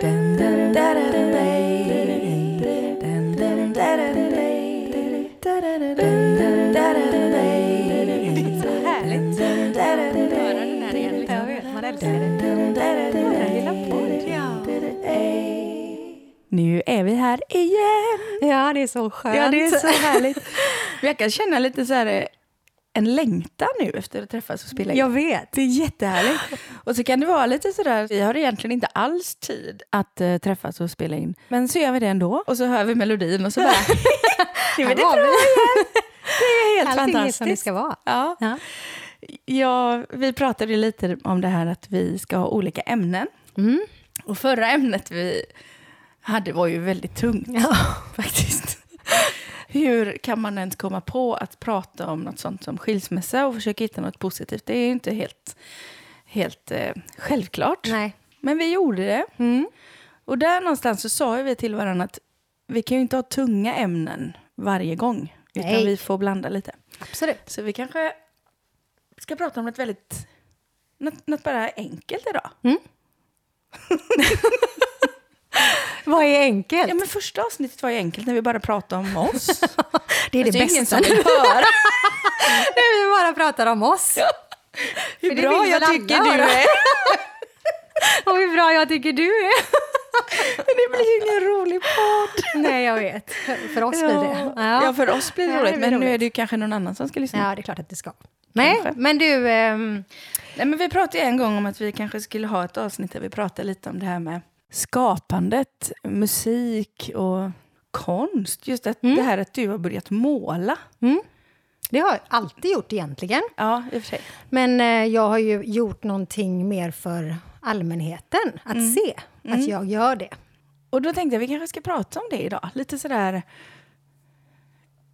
Dun, dun, da-da-da-day. Dun, dun, da-da-da-day. Dun, dun, da-da-da-day. Dun, dun, da-da-da-day. Höra den här igen. Liksom. Jag vet, man älskar Dun, dun, da-da-da-day. Nu är vi här igen! Ja, det är så skönt. Ja, det är så härligt. Men Jag kan känna lite så här eh, en längtan nu efter att träffas och spela in. Jag vet. Det är jättehärligt. Och så kan det vara lite sådär, vi har egentligen inte alls tid att eh, träffas och spela in. Men så gör vi det ändå. Och så hör vi melodin och så bara, nu är det bra Här var vi. igen. Det är helt Allting är som det fantastiskt. ska vara. Ja. Ja. ja, vi pratade ju lite om det här att vi ska ha olika ämnen. Mm. Och förra ämnet vi hade var ju väldigt tungt faktiskt. Hur kan man ens komma på att prata om något sånt som skilsmässa och försöka hitta något positivt? Det är ju inte helt, helt eh, självklart. Nej. Men vi gjorde det. Mm. Och där någonstans så sa ju vi till varandra att vi kan ju inte ha tunga ämnen varje gång. Utan Nej. vi får blanda lite. Absolut. Så vi kanske ska prata om något väldigt, något, något bara enkelt idag. Mm. Vad är enkelt? Ja men första avsnittet var ju enkelt när vi bara pratade om oss. det är det Alltså, ingen bästa. som vill höra. När vi bara pratar om oss. Hur För det bra vill jag väl tycker alla du höra. är. Och hur bra jag tycker du är. Men det blir ju ingen rolig podd. Nej, jag vet. För oss blir det. Ja. ja, för oss blir det Ja, det roligt. blir Men nu roligt. är det ju kanske någon annan som ska lyssna. ja, det är klart att det ska. Nej, men du... ehm, Nej, men vi pratade ju en gång om att vi kanske skulle ha ett avsnitt där vi pratar lite om det här med skapandet, musik och konst. Just att Mm. det här att du har börjat måla. det har jag alltid gjort egentligen. Ja, i och för sig. Men eh, jag har ju gjort någonting mer för allmänheten att Mm. se att jag gör det. Och då tänkte jag vi kanske ska prata om det idag. Lite sådär...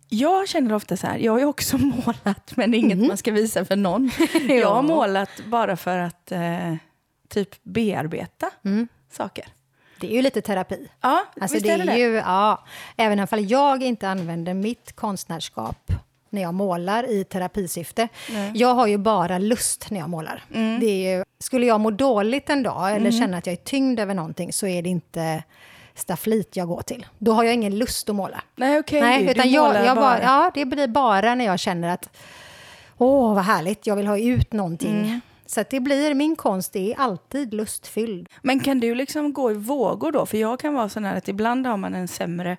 Jag känner ofta så här, jag har ju också målat, men det är inget Mm-hmm. man ska visa för någon. Jag har målat bara för att eh, typ bearbeta saker. Det är ju lite terapi. Ja, Mm. Alltså visst det är det är det? ju, ja, även om jag inte använder mitt konstnärskap när jag målar i terapisyfte. Jag har ju bara lust när jag målar. Mm. Det är ju, skulle jag må dåligt en dag eller känna att jag är tyngd över någonting så är det inte stafflit jag går till. Då har jag ingen lust att måla. Nej, okej. Nej, du utan jag, målar jag bara, bara. ja, det blir bara när jag känner att åh, vad härligt, jag vill ha ut någonting. Mm. Så att det blir, min konst är alltid lustfylld. Men kan du liksom gå i vågor då? För jag kan vara sån här att ibland har man en sämre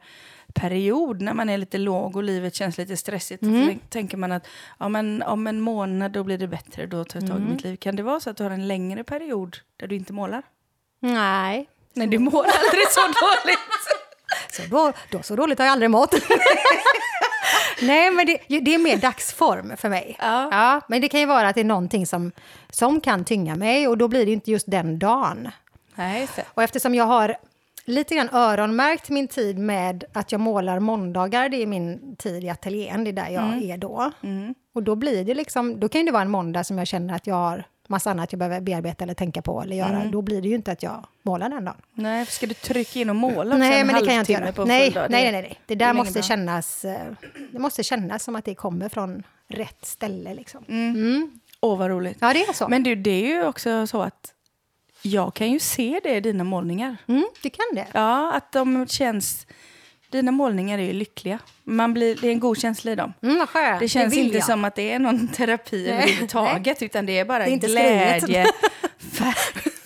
period när man är lite låg och livet känns lite stressigt. Mm. Så tänk- tänker man att ja, men, om en månad då blir det bättre, då tar jag tag i Mm. mitt liv. Kan det vara så att du har en längre period där du inte målar? Nej. Nej, du mår aldrig så dåligt. Så, då, då, så dåligt har jag aldrig mått. Nej, men det, det är mer dagsform för mig. Ja. men det kan ju vara att det är någonting som, som kan tynga mig och då blir det ju inte just den dagen. Nej, just det. Och eftersom jag har lite grann öronmärkt min tid med att jag målar måndagar, det är min tid i ateljén, det är där jag Mm. är då. Och då blir det liksom, då kan ju det vara en måndag som jag känner att jag har massa annat jag behöver bearbeta eller tänka på eller göra. Mm. Då blir det ju inte att jag målar den dagen. Nej, för ska du trycka in och måla också Nej, en men det kan jag inte halvtimme göra. på en Nej, full dag? nej, nej, nej. Det är där länge måste bra. kännas, eh, det måste kännas som att det kommer från rätt ställe liksom. Åh, vad roligt. Ja, det är så. Mm. Men du, det är ju också så att jag kan ju se det i dina målningar. Mm, du kan det. Ja, att de känns... Dina målningar är ju lyckliga. Man blir, det är en god känsla i dem. Mm, vad skönt. Det känns vill inte jag. som att det är någon terapi Nej. överhuvudtaget, utan det är bara Det är inte skrivet. glädje. Va?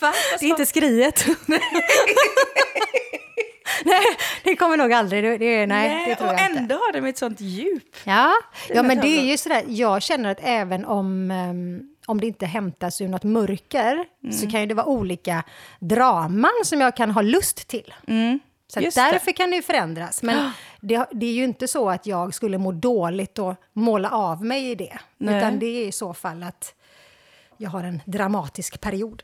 Va? Det är inte skriet. nej, det kommer nog aldrig. Det, det, nej, det tror och jag inte. ändå har de ett sånt djup. Ja, ja Fina men det är tavlor. ju sådär, jag känner att även om, ehm, om det inte hämtas ur något mörker så kan ju det vara olika draman som jag kan ha lust till. Mm. Så att just det. därför kan det ju förändras. Men det, det är ju inte så att jag skulle må dåligt och måla av mig i det. Nej. Utan det är i så fall att jag har en dramatisk period.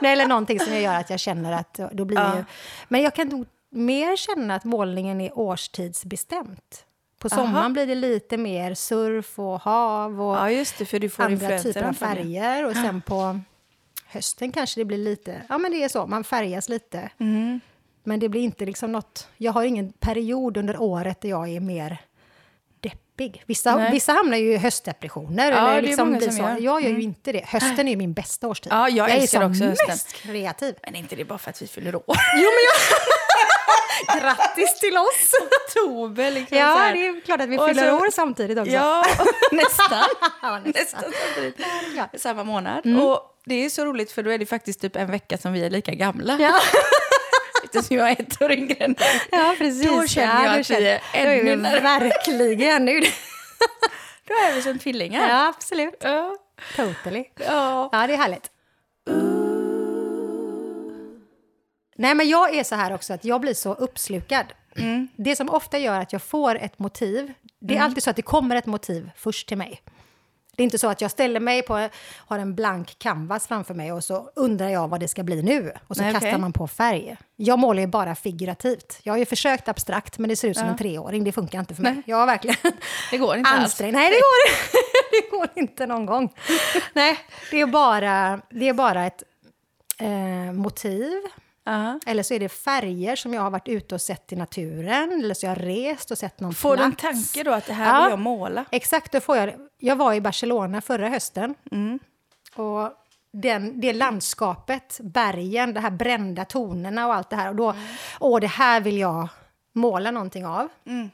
Nej, eller någonting som jag gör att jag känner att då blir det ju... Men jag kan nog mer känna att målningen är årstidsbestämt. På sommaren blir det lite mer surf och hav och Ja, just det, för du får andra influenser typer av antagligen. färger. Och sen på hösten kanske det blir lite... Ja, men det är så. Man färgas lite. Mm. Men det blir inte liksom något... Jag har ingen period under året där jag är mer deppig deppig. Vissa, Nej. vissa hamnar ju i höstdepressioner. Ja, det eller är liksom många blir som så. gör. Mm. Jag gör ju inte det. Hösten är ju min bästa årstid. Ja, jag älskar är som också hösten. mest kreativ. Men inte det bara för att vi fyller år? Grattis till oss! Oktober liksom. så Ja, här. det är klart att vi Och fyller så- år samtidigt också. Ja, nästan. Ja, nästan samtidigt. klart. Samma månad. Mm. Och det är så roligt för då är det faktiskt typ en vecka som vi är lika gamla. Ja. Eftersom jag är ett år yngre än dig. Ja, precis. Då känner jag då att vi är då är vi ännu närmare. Verkligen. Nu. Då är vi som tvillingar. Ja, absolut. Ja. Totally. Ja. Ja, det är härligt. Nej, men jag är så här också att jag blir så uppslukad. Mm. Det som ofta gör att jag får ett motiv, det är alltid så att det kommer ett motiv först till mig. Det är inte så att jag ställer mig på, har en blank canvas framför mig och så undrar jag vad det ska bli nu. Och så Nej, kastar okej. man på färg. Jag målar ju bara figurativt. Jag har ju försökt abstrakt, men det ser ut som en treåring. Det funkar inte för mig. Jag har verkligen Det går inte alls. ansträngd. Nej, det går, det går inte någon gång. Nej, det är bara, det är bara ett eh, motiv. Ja. Eller så är det färger som jag har varit ute och sett i naturen. Eller så jag har rest och sett någon Får du en plats. tanke då att det här Ja. vill jag måla? Exakt, då får jag det. Jag var i Barcelona förra hösten. Mm. Och den, det landskapet, bergen, de här brända tonerna och allt det här. Och Mm. då, åh, det här vill jag måla någonting av. Mm.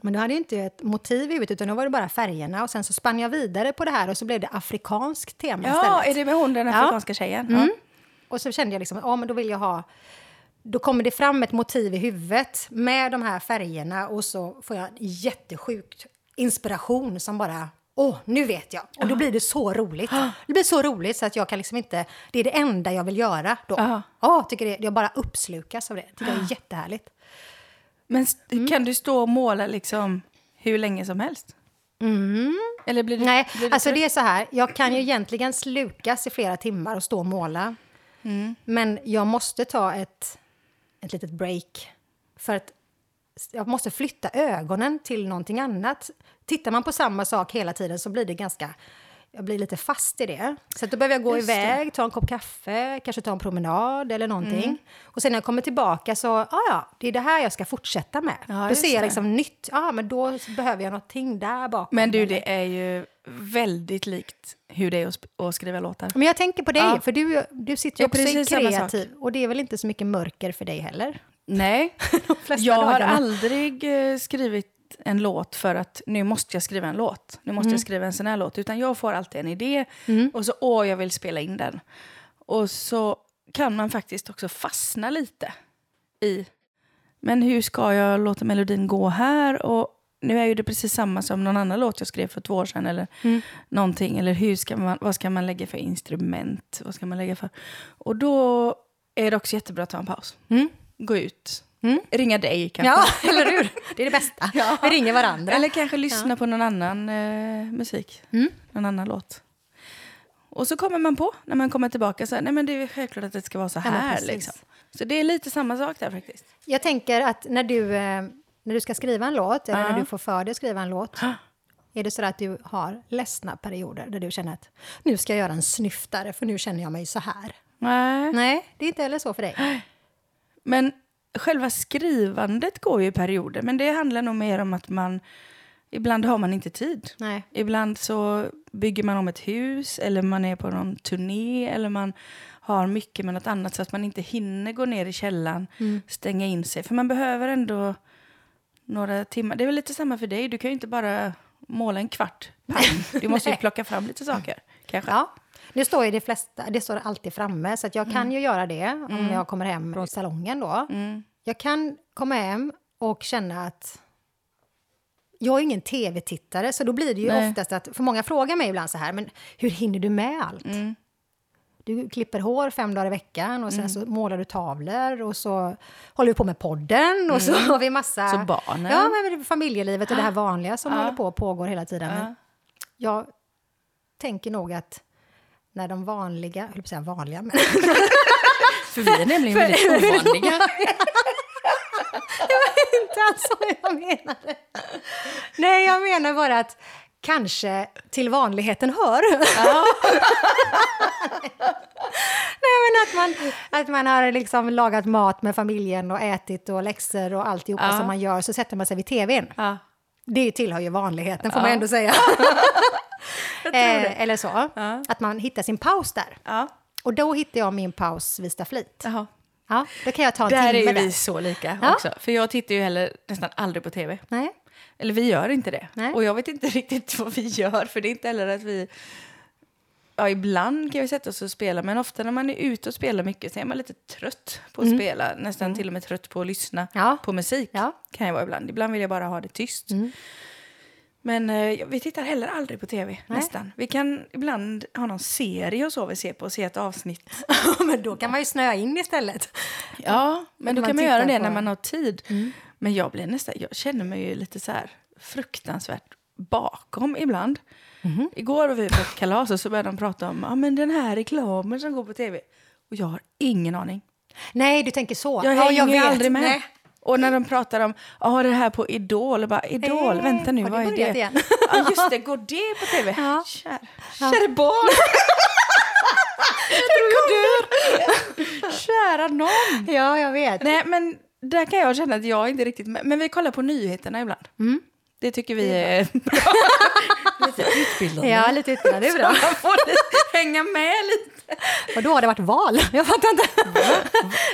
Men då hade jag inte ett motiv i huvudet, utan då var det bara färgerna. Och sen så spann jag vidare på det här och så blev det afrikanskt tema Ja, istället. är det med hon den afrikanska tjejen? Ja. Mm. Och så kände jag liksom, ja men då vill jag ha... Då kommer det fram ett motiv i huvudet med de här färgerna och så får jag en jättesjuk inspiration som bara... Åh, nu vet jag! Och då blir det så roligt. Det blir så roligt så att jag kan liksom inte... Det är det enda jag vill göra då. Ja. Ja, tycker det, jag bara uppslukas av det. Tycker det är jättehärligt. Men s- kan du stå och måla liksom hur länge som helst? Mm. Eller blir det, Nej, blir det alltså det är så här. Jag kan ju egentligen slukas i flera timmar och stå och måla. Mm. Men jag måste ta ett, ett litet break. För att jag måste flytta ögonen till någonting annat. Tittar man på samma sak hela tiden så blir det ganska... Jag blir lite fast i det. Så att då behöver jag gå Just det. iväg, ta en kopp kaffe, kanske ta en promenad eller någonting. Mm. Och sen när jag kommer tillbaka så, ja, ja, det är det här jag ska fortsätta med. Ja, då just ser jag det. liksom nytt, ja, men då behöver jag någonting där bakom. Men du, det är ju väldigt likt hur det är att, sp- att skriva låtar. Men jag tänker på dig, Ja. för du, du sitter ju Ja, också i precis samma sak. kreativ. Och det är väl inte så mycket mörker för dig heller? Nej, flesta jag har dagarna. aldrig eh, skrivit en låt för att nu måste jag skriva en låt. Nu Mm. måste jag skriva en sån här låt. Utan jag får alltid en idé och så åh, jag vill spela in den. Och så kan man faktiskt också fastna lite i men hur ska jag låta melodin gå här? Och nu är ju det precis samma som någon annan låt jag skrev för två år sedan eller Mm. någonting. Eller hur ska man, vad ska man lägga för instrument? Vad ska man lägga för? Och då är det också jättebra att ta en paus. Mm. Gå ut. Ringa dig kanske. Ja, eller hur? Det är det bästa. Vi ringer varandra. Eller kanske lyssna på någon annan eh, musik. Mm. Någon annan låt. Och så kommer man på, när man kommer tillbaka, så här, nej men det är ju självklart att det ska vara så Ja, men här. precis. liksom. Så det är lite samma sak där faktiskt. Jag tänker att när du, eh, när du ska skriva en låt, eller när du får för dig att skriva en låt, är det så att du har ledsna perioder där du känner att nu ska jag göra en snyftare, för nu känner jag mig så här? Nej. Nej, det är inte heller så för dig. Men själva skrivandet går ju i perioder. Men det handlar nog mer om att man... Ibland har man inte tid. Nej. Ibland så bygger man om ett hus eller man är på någon turné eller man har mycket med något annat så att man inte hinner gå ner i källan, stänga in sig. För man behöver ändå några timmar. Det är väl lite samma för dig. Du kan ju inte bara måla en kvart. Pang. Du måste ju plocka fram lite saker. Kanske. Ja. Nu står ju det flesta, det står alltid framme, så att jag kan ju göra det om jag kommer hem från salongen då. Jag kan komma hem och känna att jag är ingen tv-tittare, så då blir det ju Nej. oftast att, för många frågar mig ibland så här, men hur hinner du med allt? Du klipper hår fem dagar i veckan och sen så målar du tavlor och så håller vi på med podden och så har vi massa... Så barnen. Ja, men det- familjelivet och det här Ah. vanliga som håller på och pågår hela tiden. Men jag tänker nog att när de vanliga, jag höll på att säga vanliga, men För vi är nämligen väldigt ovanliga. inte alls så jag menade. Nej, jag menar bara att kanske till vanligheten hör. Nej, men att man, att man har liksom lagat mat med familjen och ätit och läxor och alltihopa Ja. som man gör, så sätter man sig vid tvn. Ja. Det tillhör ju vanligheten, får man ändå säga. eh, eller så. Att man hittar sin paus där. Ja. Och då hittar jag min paus Vista Flit. Jaha. Ja, då kan jag ta en Där är timme ju där. vi så lika Ja. också. För jag tittar ju heller nästan aldrig på tv. Nej. Eller vi gör inte det. Nej. Och jag vet inte riktigt vad vi gör, för det är inte heller att vi... Ja, ibland kan vi sätta oss och spela, men ofta när man är ute och spelar mycket så är man lite trött på att spela, nästan till och med trött på att lyssna Mm. Ja. på musik. Ja. Mm. Kan jag vara ibland. Ibland vill jag bara ha det tyst. Men eh, vi tittar heller aldrig på tv, nästan. Vi kan ibland ha någon serie och så vi ser på, och se ett avsnitt. men då kan man ju snöa in istället. Ja, men då man kan man göra tittar det på- Mm. när man har tid. Men jag blir nästan, jag känner mig ju lite så här fruktansvärt bakom ibland. Mhm. Igår var vi på ett kalas och så började de prata om ah, men den här reklamen som går på tv. Och jag har ingen aning. Nej, du tänker så. Jag Ja, hänger ju vet. aldrig med. Nej. Och när de pratar om ah, det här på Idol, och bara Idol, Eh, vänta nu, har det vad är börjat det? igen? Ja, just det, går det på tv? Ja. Kära kära barn! jag tror jag dör! Kära någon! Ja, jag vet. Nej, men där kan jag känna att jag inte riktigt... Men vi kollar på nyheterna ibland. Mm. Det tycker vi är bra. lite utbildande. Ja, lite ytterligare. Det är bra. Man får lite, hänga med lite. Och då har det varit val. Jag fattar inte.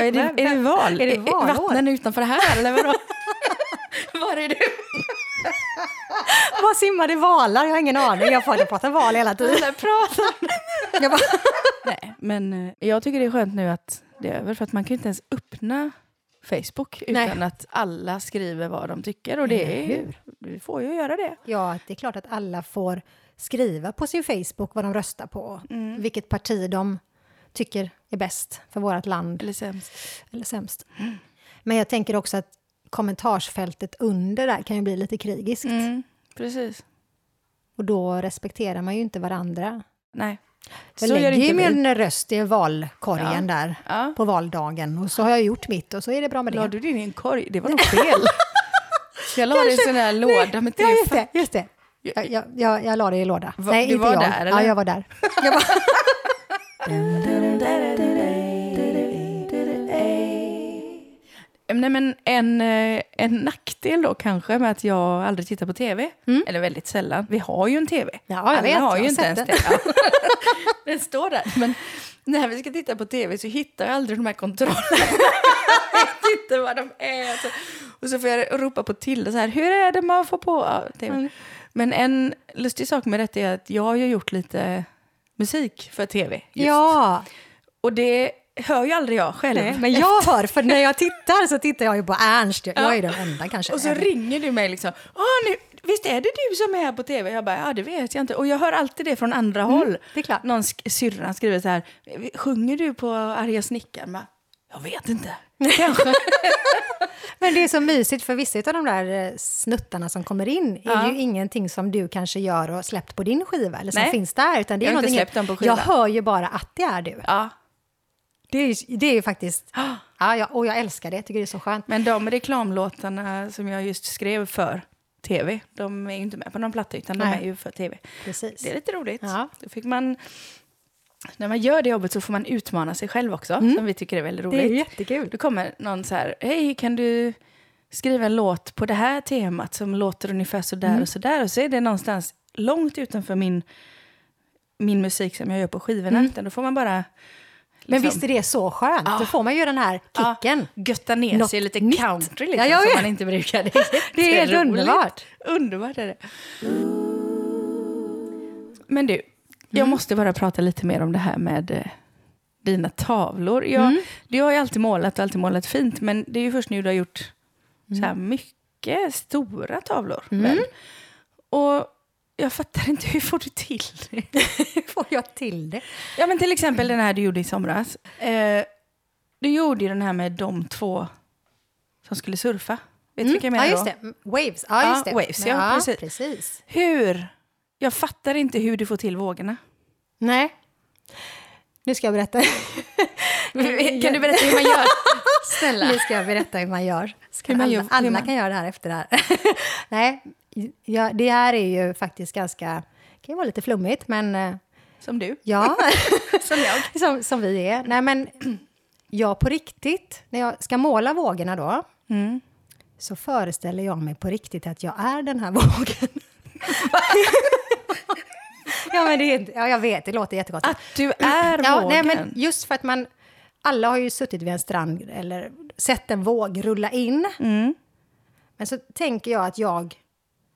Är det, är det val? Är det valår? vattnen utanför här, eller vadå? Var är du? Vad simmar det valar? Jag har ingen aning. Jag får jag pratar val hela tiden. Eller pratar? Jag bara, Nej, men eh, jag tycker det är skönt nu att det är över. För att man kan ju inte ens öppna Facebook Nej. utan att alla skriver vad de tycker. Och det Eller är, vi får ju göra det. ja, det är klart att alla får skriva på sin Facebook vad de röstar på. och Vilket parti de tycker är bäst för vårt land. Eller sämst. Eller sämst. Men jag tänker också att kommentarsfältet under där kan ju bli lite krigiskt. Mm, precis. Och då respekterar man ju inte varandra. Nej. Jag Så gör lägger ju inte vi. min röst i valkorgen där Ja. på valdagen och så har jag gjort mitt och så är det bra med det. La du din i en korg? Det var nog fel. jag la det i en sån här låda med tre Ja, just fa- det. Just det. Jag, jag, jag, jag la det i låda. Va- Nej, du inte var jag. där, eller? Ja, jag var där. Jag bara, Nej, men en, eh, en nackdel då kanske med att jag aldrig tittar på tv, eller väldigt sällan. Vi har ju en tv. Ja, jag Alla vet, jag har har ju inte sett ens den. det. Ja. den står där. Men när vi ska titta på tv så hittar jag aldrig de här kontrollerna. jag vet inte vad de är. Alltså. Och så får jag ropa på Tilde så här, hur är det man får på ja, TV? Men en lustig sak med detta är att jag har ju gjort lite musik för tv. Just. Eh, ja, Och det hör ju aldrig jag själv. nej, men jag hör, för när jag tittar så tittar jag ju på Ernst. Jag, jag är den enda kanske. Och så ringer du mig liksom. Åh, nu, visst är det du som är här på tv? Jag bara, ja det vet jag inte. Och jag hör alltid det från andra håll. Mm, det är klart. Någon sk- syrran skriver så här, sjunger du på arga snickaren? Jag bara, Jag vet inte. Kanske. Men det är så mysigt, för vissa av de där eh, snuttarna som kommer in är ju ingenting som du kanske gör och släppt på din skiva, eller som Nej. finns där. Utan det Jag är har inte någonting- släppt dem på skivan. Jag hör ju bara att det är du. ja. Det är ju, det är ju faktiskt... Ja, jag, och jag älskar det, jag tycker det är så skönt. Men de reklamlåtarna som jag just skrev för tv, de är ju inte med på någon platta utan Nej. de är ju för tv. Precis. Det är lite roligt. Ja. Då fick man, när man gör det jobbet så får man utmana sig själv också, som vi tycker är väldigt roligt. Mm. Det är ju jättekul. Då kommer någon så här, hej kan du skriva en låt på det här temat som låter ungefär så Mm. där och så där. Och så är det någonstans långt utanför min, min musik som jag gör på skivorna. Mm. Utan då får man bara Men liksom, visst är det så skönt? Då får man ju den här ja, kicken. götta ner Något sig lite nytt. country Ja, liksom, jag som vet. man inte brukar. Det Det är helt jätteroligt. underbart. Underbart är det. Mm. Men du, jag måste bara prata lite mer om det här med eh, dina tavlor. Jag, Du har ju alltid målat och alltid målat fint, men det är ju först nu du har gjort så här mycket stora tavlor. väl? Och jag fattar inte, hur får du till det? får jag till det? Ja, men till exempel den här du gjorde i somras. Eh, du gjorde ju den här med de två som skulle surfa. Vet du vilka jag menar Ja, just då? det. Mm, Waves. Ja, Ja, just det. waves, ja, precis. precis. Hur? Jag fattar inte hur du får till vågorna. Nej. Nu ska jag berätta. kan du berätta hur man gör? Snälla. Nu ska jag berätta hur man gör. Ska Hur man alla, gör- hur alla man- kan göra det här efter det här. Nej, ja, det här är ju faktiskt ganska... Det kan ju vara lite flummigt, men eh, Som du. ja. Som jag. som, som vi är. Nej, men jag på riktigt, när jag ska måla vågorna då, så föreställer jag mig på riktigt att jag är den här vågen. ja, men det, är- ja, jag vet, det låter jättegott. Att du är ja, vågen. nej, men Just för att man... Alla har ju suttit vid en strand eller sett en våg rulla in. Mm. Men så tänker jag att jag...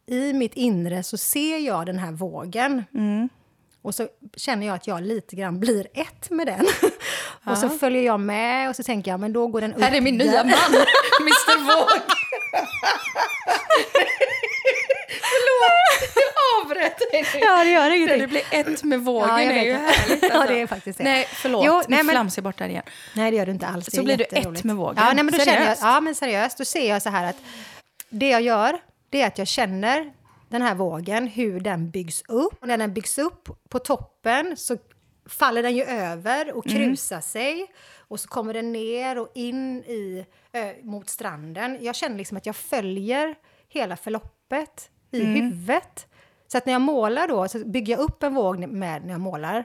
I mitt inre så ser jag den här vågen. Mm. Och så känner jag att jag lite grann blir ett med den. och så följer jag med och så tänker jag, men då går den upp. Här är min där. nya man, Mr Våg. Förlåt, jag avbröt dig nu. Ja, det gör När ingenting. du blir ett med vågen Ja, jag är vet ju det. härligt. alltså. Ja, det är faktiskt det. Nej, förlåt. Jo, Jo, nej, nej, men- Flamsig bort där igen. Nej, det gör du inte alls. Det Så är blir du ett jätteroligt. med vågen. Ja, nej, men då känner jag, Seriöst? ja, men seriöst. Då ser jag så här att det jag gör, det är att jag känner den här vågen, hur den byggs upp. Och när den byggs upp på toppen så faller den ju över Mm. och krusar sig. Och så kommer den ner och in i, ö, mot stranden. Jag känner liksom att jag följer hela förloppet i Mm. huvudet. Så att när jag målar då, så bygger jag upp en våg med när jag målar.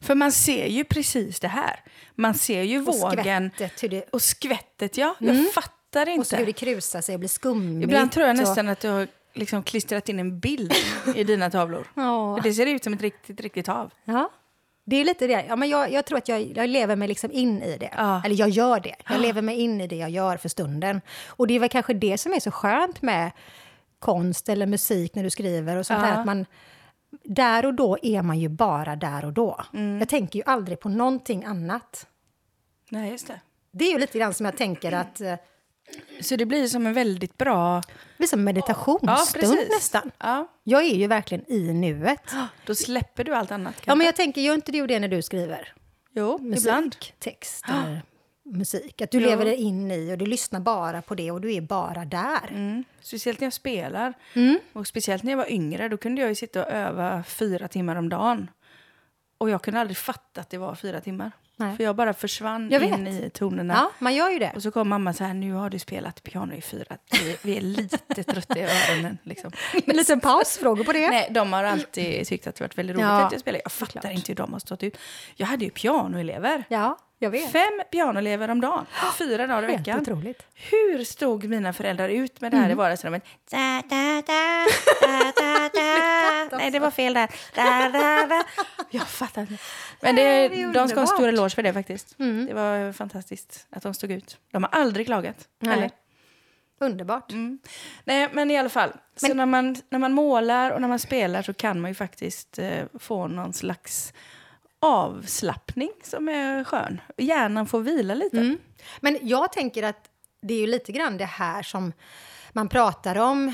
För man ser ju precis det här. Man ser ju Och vågen skvättet, hur det och skvättet, ja. Jag fattar Och så hur det inte. krusar sig och blir skummigt. Ibland tror jag och- nästan att jag har liksom klistrat in en bild i dina tavlor. Ja. För det ser ut som ett riktigt, riktigt hav. Ja. Det är lite det. Ja, men jag, jag tror att jag, jag lever mig liksom in i det. Ja. Eller jag gör det. Jag lever mig in i det jag gör för stunden. Och det är väl kanske det som är så skönt med konst eller musik när du skriver och sånt där. Att man, där och då är man ju bara där och då. Mm. Jag tänker ju aldrig på någonting annat. Nej, just det. Det är ju lite grann som jag tänker att... eh, Så det blir som en väldigt bra... Det är som en meditationsstund nästan. Ja. Jag är ju verkligen i nuet. Då släpper du allt annat. Ja, Ja, men jag tänker, gör inte du det när du skriver? jo, musik, ibland. texter, musik. Att du lever dig in i och du lyssnar bara på det och du är bara där. Mm. Speciellt när jag spelar. Och speciellt när jag var yngre. Då kunde jag ju sitta och öva fyra timmar om dagen. Och jag kunde aldrig fatta att det var fyra timmar. Nej. För jag bara försvann Jag in vet. i tonerna. Mm. Ja, man gör ju det. Och så kom mamma så här, nu har du spelat piano i fyra. Vi, vi är lite trötta i öronen. Liksom. En liten pausfråga på det. Nej, de har alltid tyckt att det varit väldigt roligt Ja, att jag spelar. Jag fattar såklart. inte hur de har stått ut. Jag hade ju pianoelever. Ja, jag vet. Fem pianoelever om dagen, fyra dagar i Helt veckan. otroligt. Hur stod mina föräldrar ut med det här Mm. i vardagsrummet? Da, da, da, da, da, da. Nej, alltså. det var fel där. Da, da, da. Jag fattar inte. Men det, Nej, det är de ska ha en stor underbart. Mm. eloge för det faktiskt. Det var fantastiskt att de stod ut. De har aldrig klagat. Nej. Eller? Underbart. Mm. Nej, men i alla fall. Så när man, när man målar och när man spelar så kan man ju faktiskt eh, få någon slags avslappning som är skön. Hjärnan får vila lite. Mm. Men jag tänker att det är ju lite grann det här som man pratar om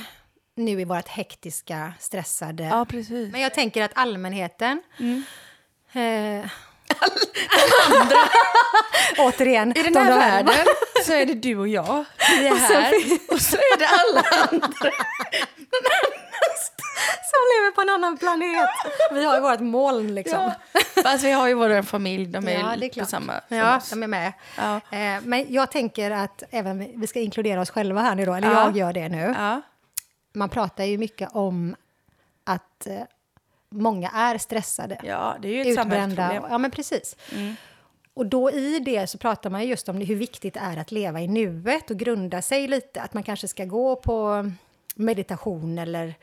nu i vårt hektiska, stressade... Ja, precis. Men jag tänker att allmänheten... Eh, Återigen, I den de här där- världen så är det du och jag. Vi är Och så här. Och så är det alla. som lever på en annan planet. Vi har ju vårt moln liksom. Ja. Fast vi har ju vår familj. De är Ja, ju på samma. som Ja, oss. de är med. Ja. Eh, Men jag tänker att även vi- vi ska inkludera oss själva här nu då, eller Ja. jag gör det nu. ja. Man pratar ju mycket om att eh, många är stressade, ja, det är ju ett utbrända. samhällsproblem. Mm. Ja, men precis. Och då i det så pratar man ju just om hur viktigt det är att leva i nuet och grunda sig lite. Att man kanske ska gå på meditation eller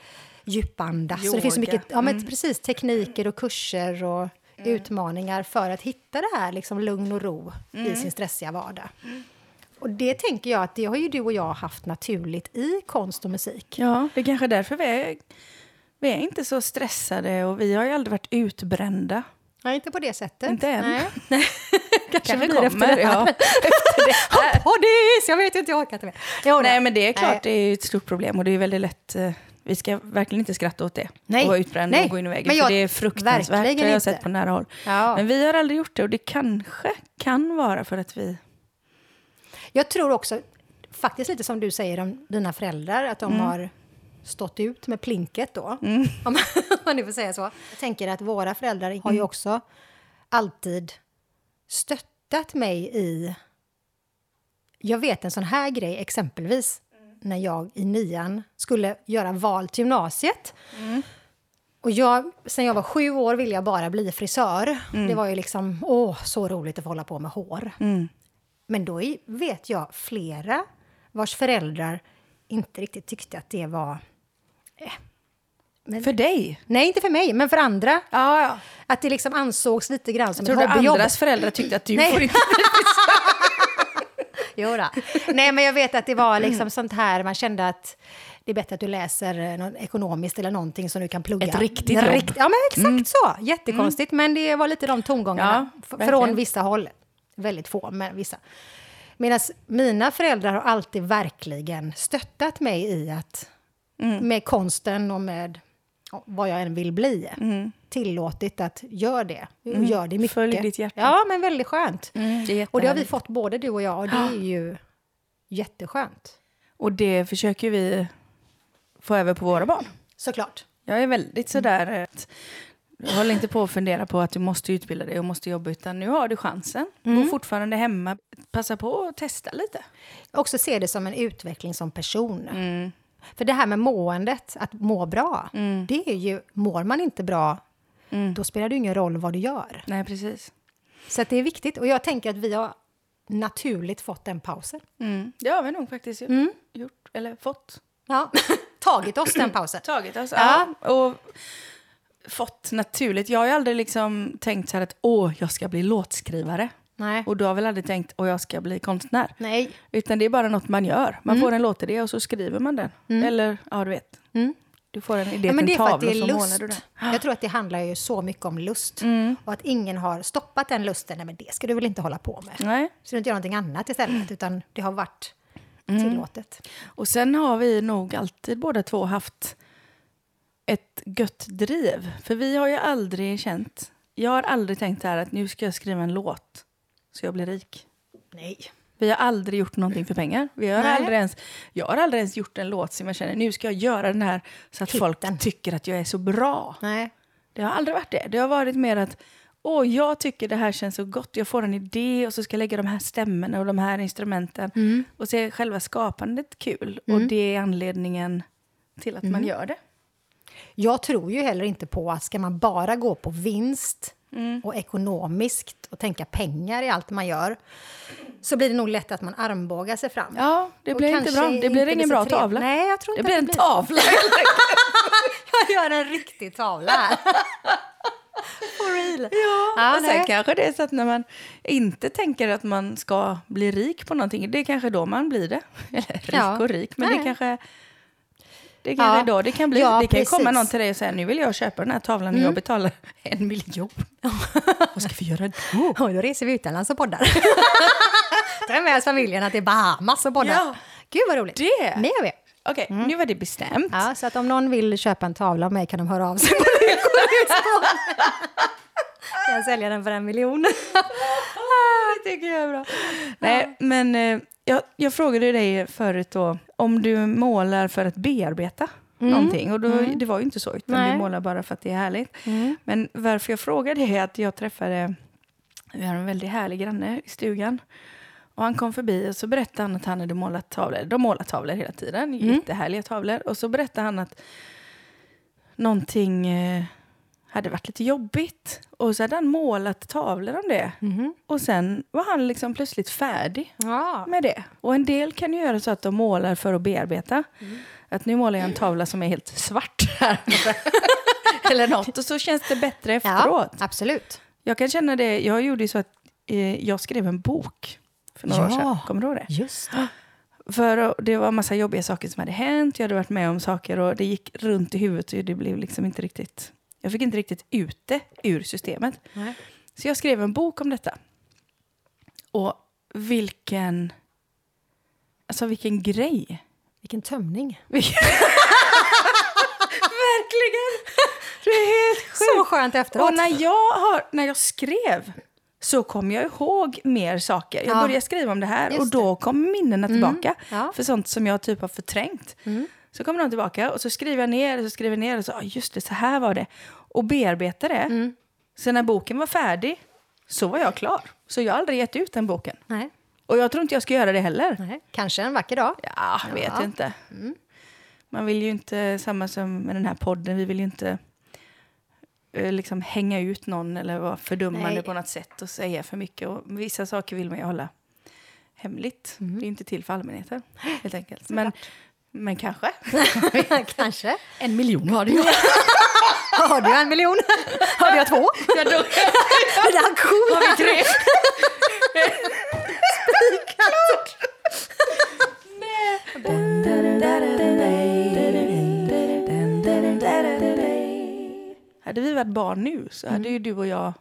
djupandas. Så det finns så Yoga. Mm. mycket ja, men precis, tekniker och kurser och utmaningar för att hitta det här liksom, lugn och ro Mm. i sin stressiga vardag. Och det tänker jag att det har ju du och jag haft naturligt i konst och musik. Ja, det är kanske är därför vi är, vi är inte så stressade och vi har ju aldrig varit utbrända. Nej, inte på det sättet. Inte än. Nej. Kanske blir det efter det här. Ja. efter det här. Poddis! Jag vet ju inte, jag orkar inte mer. Jo, då. Nej, men det är klart, Nej. det är ju ett stort problem och det är väldigt lätt. eh, Vi ska verkligen inte skratta åt det. Nej. Och vara utbrända Nej. och gå in i väggen. Men jag- för det är fruktansvärt. verkligen Det har jag inte. sett på nära håll. Ja. Men vi har aldrig gjort det och det kanske kan vara för att vi... Jag tror också, faktiskt lite som du säger om dina föräldrar, att de har stått ut med plinket då, om man- om man nu får säga så. Jag tänker att våra föräldrar har ju också alltid stöttat mig i... Jag vet en sån här grej, exempelvis, när jag i nian skulle göra val till gymnasiet. Och jag, sen jag var sju år ville jag bara bli frisör. Det var ju liksom, åh, så roligt att få hålla på med hår. Men då i- vet jag flera vars föräldrar inte riktigt tyckte att det var... eh, Men, För dig? nej, inte för mig, men för andra. Ja, ja. Att det liksom ansågs lite grann som Tror ett du hobbyjobb. andras föräldrar tyckte att du Nej. får inte... Jo då. Nej, men jag vet att det var liksom Mm. sånt här, man kände att det är bättre att du läser eh, någon ekonomiskt eller någonting som du kan plugga. Ett riktigt En jobb. Mm. rikt- Ja, men exakt så. Jättekonstigt, men det var lite de tongångarna. Ja, f- från verkligen. vissa håll. Väldigt få, men vissa. Medan mina föräldrar har alltid verkligen stöttat mig i att Mm. med konsten och med ja, vad jag än vill bli. Tillåtit att gör det. Och gör det mycket. Mm. Följ ditt hjärta. Ja, men väldigt skönt. Det är Mm. Och det har vi fått både du och jag och det är ju jätteskönt. Och det försöker vi få över på våra barn. Såklart. Jag är väldigt Mm. sådär... eh, att- Håll inte på att fundera på att du måste utbilda dig och måste jobba, utan nu har du chansen. Mm. Gå fortfarande hemma. Passa på att testa lite. Också se det som en utveckling som person. För det här med måendet, att må bra, det är ju, mår man inte bra, då spelar det ju ingen roll vad du gör. Nej, precis. Så att det är viktigt. Och jag tänker att vi har naturligt fått den pausen. Mm. Det har vi nog faktiskt gjort. Mm. gjort eller fått. Ja. Tagit oss den pausen. Tagit alltså. Ja. Ja. Och fått naturligt. Jag har ju aldrig liksom tänkt så här att åh, jag ska bli låtskrivare. Nej. Och du har väl aldrig tänkt åh, jag ska bli konstnär. Nej. Utan det är bara något man gör. Man Mm. får en låtidé och så skriver man den. Eller, ja du vet. Du får en idé Mm. Ja, men det till är en för att tavla det och så är målar lust. du den. Jag tror att det handlar ju så mycket om lust. Och att ingen har stoppat den lusten. Nej, men det ska du väl inte hålla på med. Nej. Så du inte gör någonting annat Mm. istället, utan det har varit tillåtet. Och sen har vi nog alltid båda två haft ett gött driv. För vi har ju aldrig känt, jag har aldrig tänkt här att nu ska jag skriva en låt så jag blir rik. Nej. Vi har aldrig gjort någonting för pengar. Vi har Nej. aldrig ens, jag har aldrig ens gjort en låt som jag känner nu ska jag göra den här så att Hitten. folk tycker att jag är så bra. Nej. Det har aldrig varit det. Det har varit mer att åh, jag tycker det här känns så gott. Jag får en idé och så ska jag lägga de här stämmorna och de här instrumenten. Och så är själva skapandet kul. Och det är anledningen till att man gör det. Jag tror ju heller inte på att ska man bara gå på vinst Mm. och ekonomiskt och tänka pengar i allt man gör så blir det nog lätt att man armbågar sig fram. Ja, det Och blir inte kanske bra. Det blir inte ingen så bra trevligt. tavla. Nej, jag tror det inte blir att en det blir tavla. Jag gör en riktig tavla här. For real. ja, Ja, och nej. sen kanske det är så att när man inte tänker att man ska bli rik på någonting, det är kanske då man blir det. Eller rik Ja. och rik, men Nej. det kanske... Det kanske Ja. är då det kan bli. Ja, det kan ju komma precis. Mm. någon till dig och säga nu vill jag köpa den här tavlan och jag betalar en miljon. Vad ska vi göra då? Oh. Oj, då reser vi utomlands och poddar. Tar med oss familjerna till Bahamas och poddar. Ja. Gud vad roligt. Det. Det Mm. gör vi. Okej, nu var det bestämt. Ja, så att om någon vill köpa en tavla av mig kan de höra av sig på Lykohusbanan. Kan jag sälja den för en miljon? Det tycker Ah, jag är bra. Nej, men eh, jag, jag frågade ju dig förut då om du målar för att bearbeta någonting. Och då, det var ju inte så, utan Nej. du målar bara för att det är härligt. Men varför jag frågade är att jag träffade, vi har en väldigt härlig granne i stugan. Och han kom förbi och så berättade han att han hade målat tavlor. De målar tavlor hela tiden, jättehärliga tavlor. Och så berättade han att någonting eh, hade varit lite jobbigt. Och så hade han målat tavlor om det. Och sen var han liksom plötsligt färdig Ja. med det. Och en del kan ju göra så att de målar för att bearbeta. Att nu målar jag en tavla som är helt svart här. Eller något. Och så känns det bättre ja, efteråt. absolut. Jag kan känna det, jag gjorde ju så att eh, jag skrev en bok för några år Ja. sedan. Kommer du ihåg det? Just det. För det var en massa jobbiga saker som hade hänt. Jag hade varit med om saker och det gick runt i huvudet. Och det blev liksom inte riktigt... Jag fick inte riktigt ut det ur systemet. Nej. Så jag skrev en bok om detta. Och vilken... Alltså vilken grej. Vilken tömning. Verkligen! Det är helt Så skönt efteråt. Och när jag, har, när jag skrev så kom jag ihåg mer saker. Jag Ja. började skriva om det här Just Mm. och då kom minnena tillbaka. Ja. Mm. För sånt som jag typ har förträngt. Så kommer de tillbaka och så skriver jag ner och så skriver jag ner och så, ah, just det, så här var det. Och bearbetar det. Mm. Så när boken var färdig så var jag klar. Så jag har aldrig gett ut den boken. Nej. Och jag tror inte jag ska göra det heller. Nej. Kanske en vacker dag. Ja, jag vet Ja. Mm. inte. Man vill ju inte, samma som med den här podden, vi vill ju inte eh, liksom hänga ut någon eller vara fördummande Nej. på något sätt och säga för mycket. Och vissa Mm. saker vill man ju hålla hemligt. Det är inte till för allmänheten, helt enkelt. Men Men kanske. Kanske. En miljon har du gjort. Har du en miljon? Har jag två? Ja, då Det där cool. har vi tre. Hade vi varit barn nu så hade Mm. ju du och jag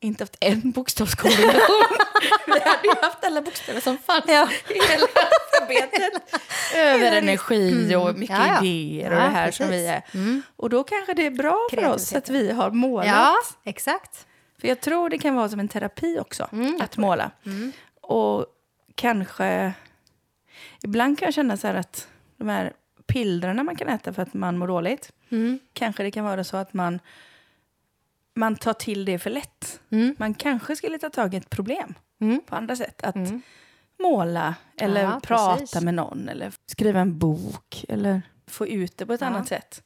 inte haft en bokstavskombination. vi hade ju haft alla bokstäver som fanns Ja. i hela alfabetet. Över energi och mycket Mm. Ja, ja. idéer och Ja, det här som vi är. precis. Mm. Och då kanske det är bra för oss att vi har målat. ja, exakt. För jag tror det kan vara som en terapi också, Mm, att måla. Och kanske... Ibland kan jag känna så här att de här pillerna man kan äta för att man mår dåligt, Mm. kanske det kan vara så att man, man tar till det för lätt. Mm. Man kanske skulle ta tag i ett problem på andra sätt. Att måla eller Mm. Ja, prata precis. med någon eller skriva en bok eller få ut det på ett annat sätt.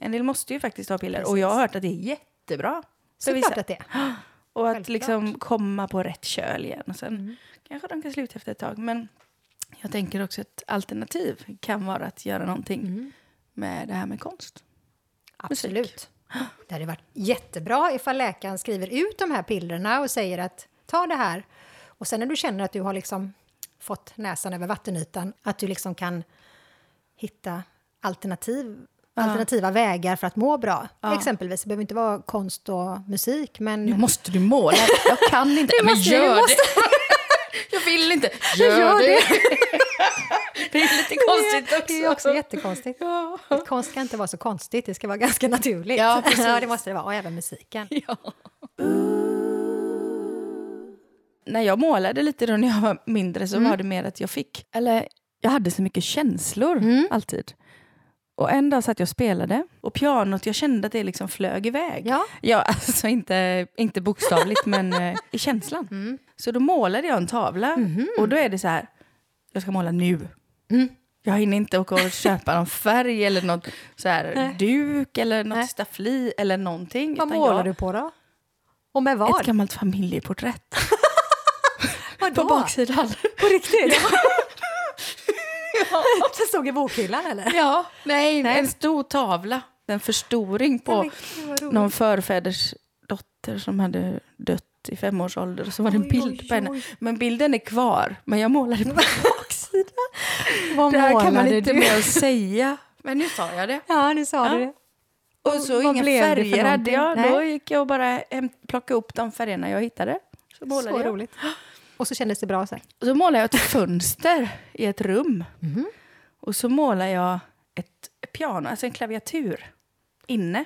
En del måste ju faktiskt ha piller och jag har hört att det är jättebra. för vissa. Såklart att det är. Och att Självklart. liksom komma på rätt köl igen. Och sen kanske de kan sluta efter ett tag. Men jag tänker också ett alternativ kan vara att göra någonting med det här med konst. Musik. Absolut. Det hade varit jättebra ifall läkaren skriver ut de här pillerna och säger att ta det här. Och sen när du känner att du har liksom fått näsan över vattenytan, att du liksom kan hitta alternativ, alternativa vägar för att må bra. Exempelvis, det behöver inte vara konst och musik, men... Nu måste du måla. Jag kan inte. Du men måste, gör du måste. det. Jag vill inte. Gör Det är lite konstigt också. Det är också jättekonstigt. Ja. Konst ska inte vara så konstigt, det ska vara ganska naturligt. Ja, precis. ja det måste det vara. Och även musiken. När jag målade lite då när jag var mindre så Mm. var det mer att jag fick, eller jag hade så mycket känslor Mm. alltid. Och en dag satt jag och spelade och pianot, jag kände att det liksom flög iväg. Ja. Ja, alltså inte, inte bokstavligt men eh, i känslan. Mm. Så då målade jag en tavla Mhm. och då är det så här, jag ska måla nu. Mm. Jag hinner inte åka och köpa någon färg eller något så här, duk eller något Nej. staffli eller någonting. Vad utan målar jag, du på då? Och med Ett vad? gammalt familjeporträtt. Vadå? På baksidan. På riktigt? Det stod i bokhyllan eller? Ja, nej, En stor tavla. En förstoring på Men gud, vad roligt. någon förfäders dotter som hade dött i fem års ålder. Och så var det en Oj, bild oj, på henne. oj. Men bilden är kvar. Men jag målade på baksidan. Vad Det här kan man målade inte du? mer säga. Men nu sa jag det. Ja, nu sa du det. Och så Vad inga blev det för färger hade någonting? jag. Då Nej. gick jag och bara hem, plockade upp de färgerna jag hittade. Så målade Så jag. roligt. Och så kändes det bra sen. Och så målade jag ett fönster i ett rum. Och så målade jag ett piano, alltså en klaviatur, inne.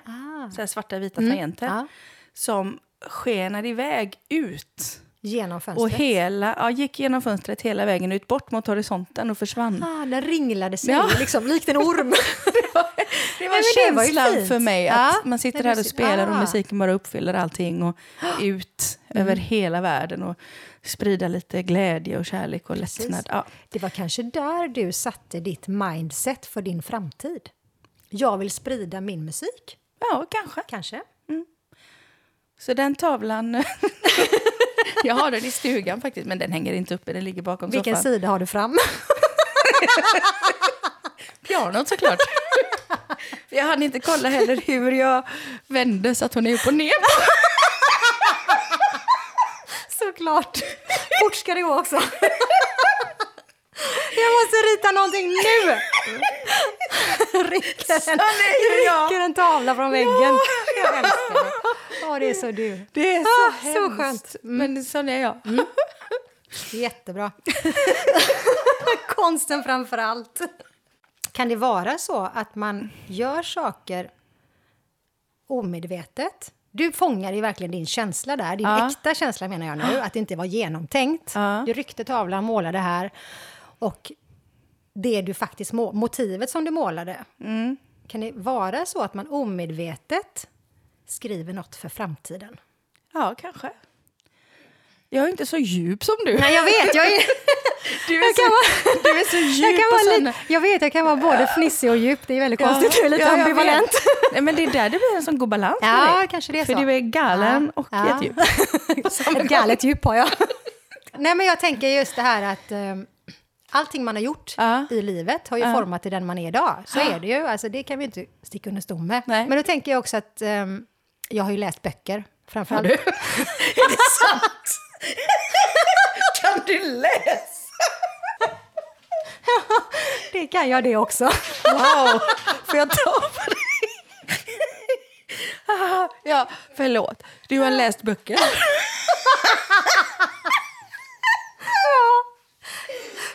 Så här svarta vita tangenter. Ah. Ja. Som skenade iväg ut. Genom Och fönstret. hela, ja, gick genom fönstret hela vägen ut, bort mot horisonten och försvann. Ah, den ringlade sig, Ja. liksom, likt en orm. Det Nej, var men det var ju känslan fint. för mig. Att Ja, man sitter det är här och mysigt. spelar och Ah. Mm. musiken bara uppfyller allting. Och ut över hela världen och sprida lite glädje och kärlek och lättnad. Ja. Det var kanske där du satte ditt mindset för din framtid. Jag vill sprida min musik, ja, kanske. kanske. Så den tavlan... jag har den i stugan faktiskt, men den hänger inte uppe. Den ligger bakom Vilken soffan. sida har du fram? Pianot såklart. För jag hann inte kolla heller hur jag vände så att hon är upp och ner. Såklart. Fort ska det gå också. Jag måste rita någonting nu! Rycker en, rycker en tavla från väggen. Jag älskar det. Ja, det är så du. Det är Mm. så hemskt. Men sån är jag. Jättebra. Konsten framför allt. Kan det vara så att man gör saker omedvetet? Du fångar ju verkligen din känsla där, din Ja. äkta känsla menar jag nu, att det inte var genomtänkt. Ja. Du ryckte tavlan, målade här och det du faktiskt må- motivet som du målade. Kan det vara så att man omedvetet skriver något för framtiden? Ja, kanske. Jag är inte så djup som du. Nej, jag vet, jag är... Du är, Jag kan så, du är så djup Jag, kan och vara sån- lite, jag vet, jag kan vara både fnissig och djup. Det är väldigt konstigt, du är lite Ja, jag vet. ambivalent. Nej, men det är där det blir en sån god balans för Ja, dig. kanske det är För så. du är galen Ja. och Ja. ett djup. Ett galet djup har jag. Nej, men jag tänker just det här att, eh, allting man har gjort Ja. i livet har ju Ja. format till den man är idag. Så är det ju, alltså, det kan vi inte sticka under stol med. Nej. Men då tänker jag också att ehm, jag har ju läst böcker, framförallt. Du? Är det sant? kan du läsa? det kan jag det också. Wow! Får jag ta på det? Ja, förlåt. Du har läst böcker.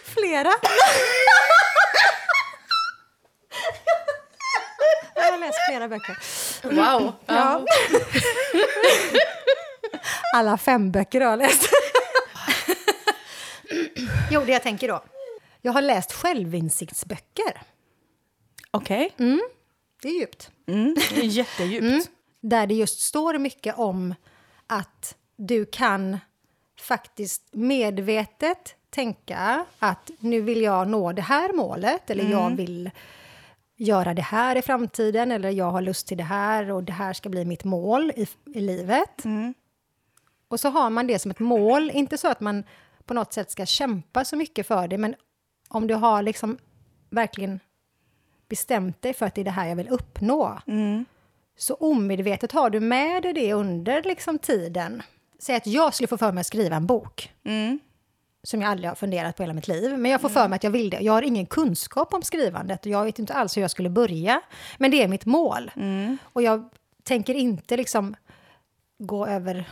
Flera. jag har läst flera böcker. Wow. Ja. Alla fem böcker har jag läst. jo, det jag tänker då. Jag har läst självinsiktsböcker. Okej. Mm. Det är djupt. Mm. Det är jättedjupt. Där det just står mycket om att du kan faktiskt medvetet tänka att nu vill jag nå det här målet eller jag vill göra det här i framtiden eller jag har lust till det här och det här ska bli mitt mål i, i livet. Och så har man det som ett mål, inte så att man på något sätt ska kämpa så mycket för det, men om du har liksom verkligen bestämt dig för att det är det här jag vill uppnå, så omedvetet har du med dig det under liksom tiden. Säg att jag skulle få för mig att skriva en bok, Mm. som jag aldrig har funderat på hela mitt liv, men jag får för mig att jag vill det. Jag har ingen kunskap om skrivandet och jag vet inte alls hur jag skulle börja, men det är mitt mål. Mm. Och jag tänker inte liksom gå över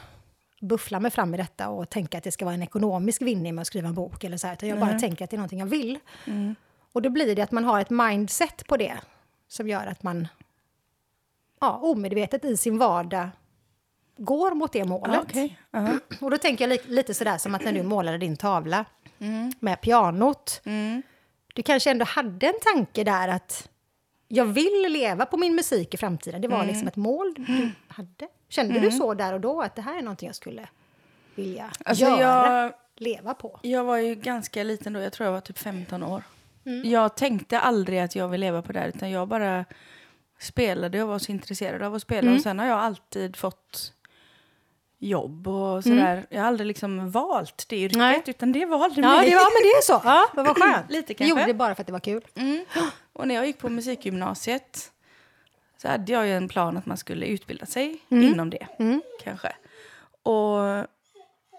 buffla mig fram i detta och tänka att det ska vara en ekonomisk vinning med att skriva en bok eller så här, utan jag bara tänker att det är någonting jag vill. Mm. Och då blir det att man har ett mindset på det som gör att man ja, omedvetet i sin vardag går mot det målet. Ja, okej. Ja. Och då tänker jag li- lite sådär som att när du målade din tavla med pianot. Mm. Du kanske ändå hade en tanke där att jag vill leva på min musik i framtiden. Det var liksom ett mål du hade. Kände du så där och då att det här är någonting jag skulle vilja Alltså, göra, jag- leva på? Jag var ju ganska liten då. Jag tror jag var typ 15 år. Mm. Jag tänkte aldrig att jag vill leva på det här, utan jag bara spelade och var så intresserad av att spela. Mm. Och sen har jag alltid fått jobb och sådär. Jag har aldrig liksom valt det yrket, Mm. Nej. utan det valde Ja, mig. det var, men det är så. Ja, men vad skönt. Lite Jag gjorde kanske. det bara för att det var kul. Mm. Och när jag gick på musikgymnasiet så hade jag ju en plan att man skulle utbilda sig inom det. Kanske. Och,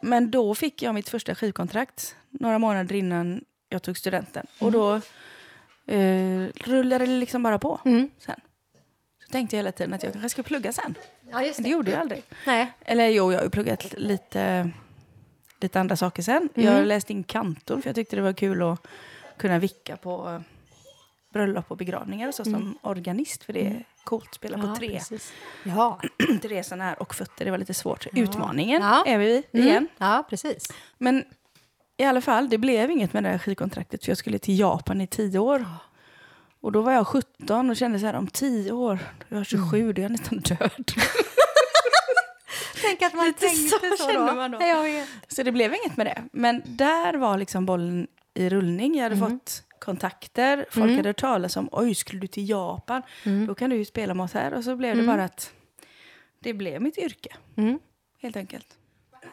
men då fick jag mitt första skivkontrakt några månader innan jag tog studenten. Och då eh, rullade det liksom bara på sen. Så tänkte jag hela tiden att jag kanske ska plugga sen. Ja, just Men det gjorde jag aldrig. Nej. Eller jo, jag har ju pluggat lite, lite andra saker sen. Mm. Jag läste in kantor för jag tyckte det var kul att kunna vicka på eh, bröllop och begravningar och så Mm. som organist. För det är coolt att spela på tre, Ja. tre sådana här och fötter. Det var lite svårt. Utmaningen Ja. är vi i Mm. igen. Ja, precis. Men i alla fall, det blev inget med det här skivkontraktet för jag skulle till Japan i tio år. Och då var jag 17 och kände så här, om tio år, då är jag 27, Mm. då är jag nästan död. Tänk att man Lite så känner man då. Nej, jag vet. Så det blev inget med det. Men där var liksom bollen i rullning. Jag hade Mm. fått kontakter. Folk hade hört talas om, oj, skulle du till Japan? Mm. Då kan du ju spela med oss här. Och så blev det bara att det blev mitt yrke, Mm. helt enkelt.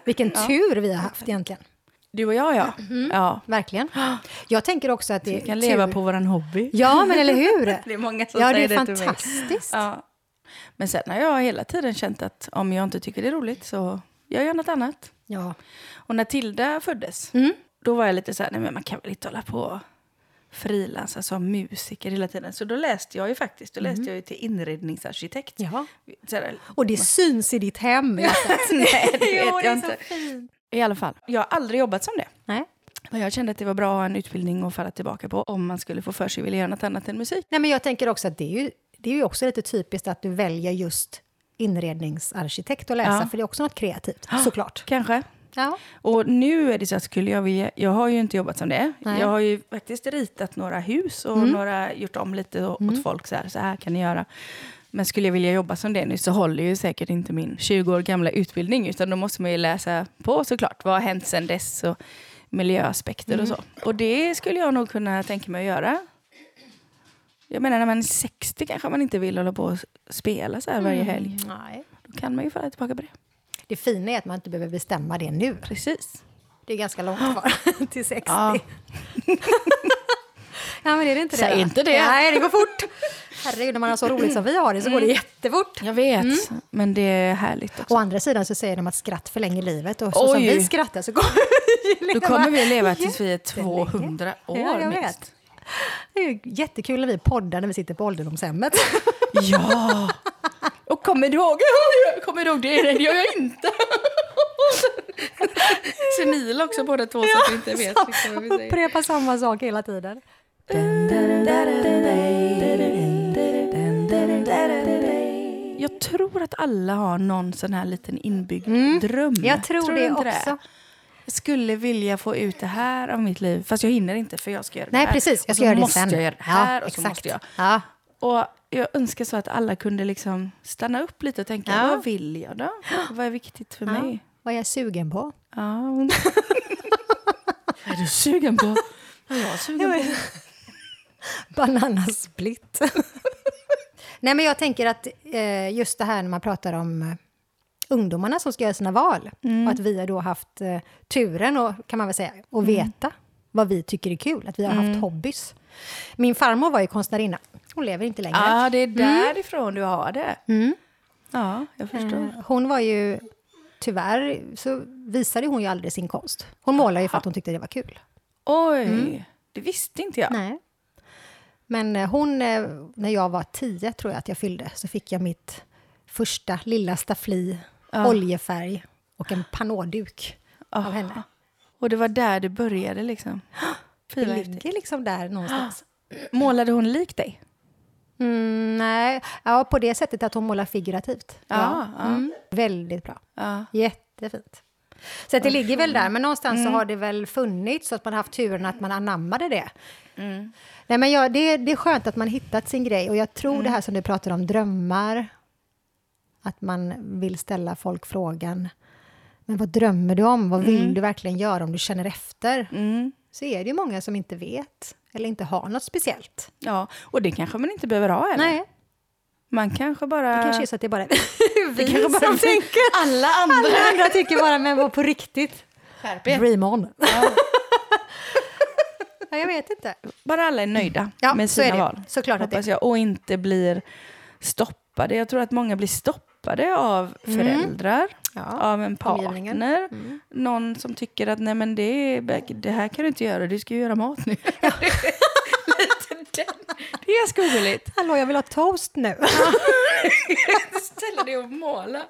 Vilken tur vi har haft egentligen. Du och jag, ja. ja. Verkligen. Jag tänker också att Mm. det Vi är kan leva tur. på vår hobby. Ja, men eller hur? Det är många som ja, det säger det är till mig. fantastiskt. Ja. Men sen har jag hela tiden känt att om jag inte tycker det är roligt så gör jag något annat. Ja. Och när Tilda föddes, Mm. då var jag lite så här, nej men man kan väl inte hålla på och frilansa som musiker hela tiden. Så då läste jag ju faktiskt, då läste jag ju till inredningsarkitekt. Mm. ja. Så här, Och det syns i ditt hem. Lotta. nej, det vet Jo, det jag är så inte. I alla fall, jag har aldrig jobbat som det. Nej. Men jag kände att det var bra att ha en utbildning att falla tillbaka på om man skulle få för sig att vilja göra något annat än musik. Nej, men jag tänker också att det är, ju, det är ju också lite typiskt att du väljer just inredningsarkitekt att läsa, Ja. för det är också något kreativt, såklart. Kanske. Ja. Och nu är det så att skulle jag vilja, jag har ju inte jobbat som det. Nej. Jag har ju faktiskt ritat några hus och några, gjort om lite å- åt folk, så här, så här kan ni göra. Men skulle jag vilja jobba som det nu så håller ju säkert inte min 20 år gamla utbildning, utan då måste man ju läsa på såklart. Vad har hänt sedan dess och miljöaspekter och så. Och det skulle jag nog kunna tänka mig att göra. Jag menar när man är 60 kanske man inte vill hålla på och spela så här varje helg. Nej. Då kan man ju falla tillbaka på det. Det fina är att man inte behöver bestämma det nu. Precis. Det är ganska långt kvar till 60. Ja. Ja, men är det inte Säg det? då? inte det. Nej, det går fort. Herregud, när man har så roligt som vi har det så går Mm. det jättefort. Jag vet, men det är härligt också. Å andra sidan så säger de att skratt förlänger livet och så som Oj. vi skrattar så kommer vi Då leva. kommer vi att leva tills vi är 200 år Ja, jag minst. vet. Det är ju jättekul när vi poddar när vi sitter på ålderdomshemmet. Ja! Och kommer du ihåg? Kommer du ihåg det? Nej, det gör jag inte. Senila också båda två så att vi inte vet. riktigt vad vi säger. Upprepa samma sak hela tiden. Jag tror att alla har någon sån här liten inbyggd dröm. Jag tror, du det inte också. Jag skulle vilja få ut det här av mitt liv, fast jag hinner inte för jag ska göra Nej, det här. precis. Jag Och ska så göra det måste sen. jag göra det här och så måste jag. Ja. Och jag önskar så att alla kunde liksom stanna upp lite och tänka, Ja. vad vill jag då? Vad är viktigt för mig? Vad är jag sugen på? Ja. hon- är du sugen på? Vad är jag sugen på? Bananasplitt. Nej, men jag tänker att eh, just det här när man pratar om eh, ungdomarna som ska göra sina val och att vi har då haft eh, turen, och, kan man väl säga, att veta vad vi tycker är kul, att vi har haft hobbys. Min farmor var ju konstnärinna. Hon lever inte längre. Ja, det är därifrån du har det. Ja, jag förstår. Eh, Hon var ju... Tyvärr så visade hon ju aldrig sin konst. Hon målade ju för att hon tyckte det var kul. Oj, det visste inte jag. Nej. Men eh, hon, eh, när jag var tio tror jag att jag fyllde, så fick jag mitt första lilla staffli, oljefärg och en panåduk av henne. Och det var där det började liksom. Det Fila efter. ligger liksom där någonstans. Målade hon lik dig? Mm, nej, ja, på det sättet att hon målar figurativt. Ja, ja. Mm. Väldigt bra. Ja. Jättefint. Så att det ligger väl där, men någonstans så har det väl funnits så att man har haft turen att man anammade det. Nej, men jag, det, det är skönt att man hittat sin grej och jag tror det här som du pratar om, drömmar. Att man vill ställa folk frågan, men vad drömmer du om? Vad vill du verkligen göra om du känner efter? Mm. Så är det ju många som inte vet eller inte har något speciellt. Ja, och det kanske man inte behöver ha eller? Nej, Man kanske bara... det kanske är så att det är bara vi kanske bara som vi. tänker. Alla andra. Alla andra tycker bara, men vad på riktigt? Skärp er. Dream on. ja, jag vet inte. Bara alla är nöjda Mm. Ja, med så är sina det. val. Såklart att det hoppas jag. Och inte blir stoppade. Jag tror att många blir stoppade av föräldrar, Mm. Ja, av en omgivningen. Mm. partner. Någon som tycker att nej men det, är- det här kan du inte göra, du ska ju göra mat nu. Lite den. det är ganska obilligt. Hallå, jag vill ha toast nu. Ställa dig och måla.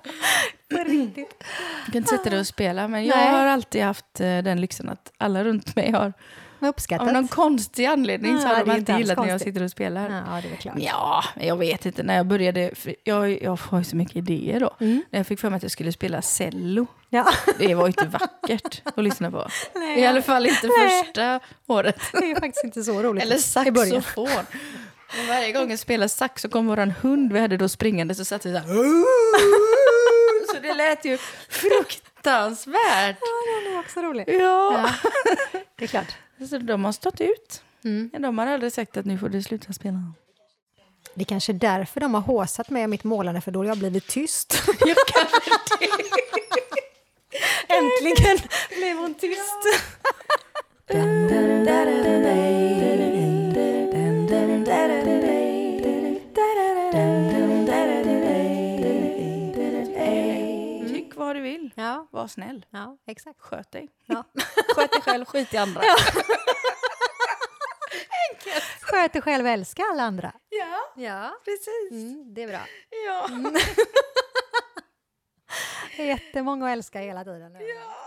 På riktigt. Du kan inte sätta dig och spela, men jag Nej. har alltid haft eh, den lyxen att alla runt mig har Vad av uppskattat. någon konstig anledning så Ja, har det de är inte alltid alls gillat när jag konstigt. sitter och spelar. Ja, det är väl klart. Ja, men jag vet inte. När jag började, för jag, jag har ju så mycket idéer då. Mm. När jag fick för mig att jag skulle spela cello. Ja. Det var ju inte vackert att lyssna på. Nej. I alla fall inte Nej. första året. Det är ju faktiskt inte så roligt. Eller i början. saxofon. Men varje gång jag spelade sax så kom våran hund vi hade då springande så satt vi så här. Så det lät ju fruktansvärt. Ja, den är också rolig. Ja. Ja. Det är klart. Så de har stått ut. Mm. De har aldrig sagt att nu får du sluta spela. Det är kanske är därför de har håsat mig och mitt målande, för då har jag blivit tyst. Jag kanske Äntligen blev hon tyst. Tyck vad du vill. Ja, Var snäll. ja exakt. Sköt dig. Ja. Sköt dig själv, skit i andra. Sköt dig själv, älska alla andra. Ja, Ja, precis. mm, det är bra. Ja. Det är jättemånga att älska hela tiden. Ja.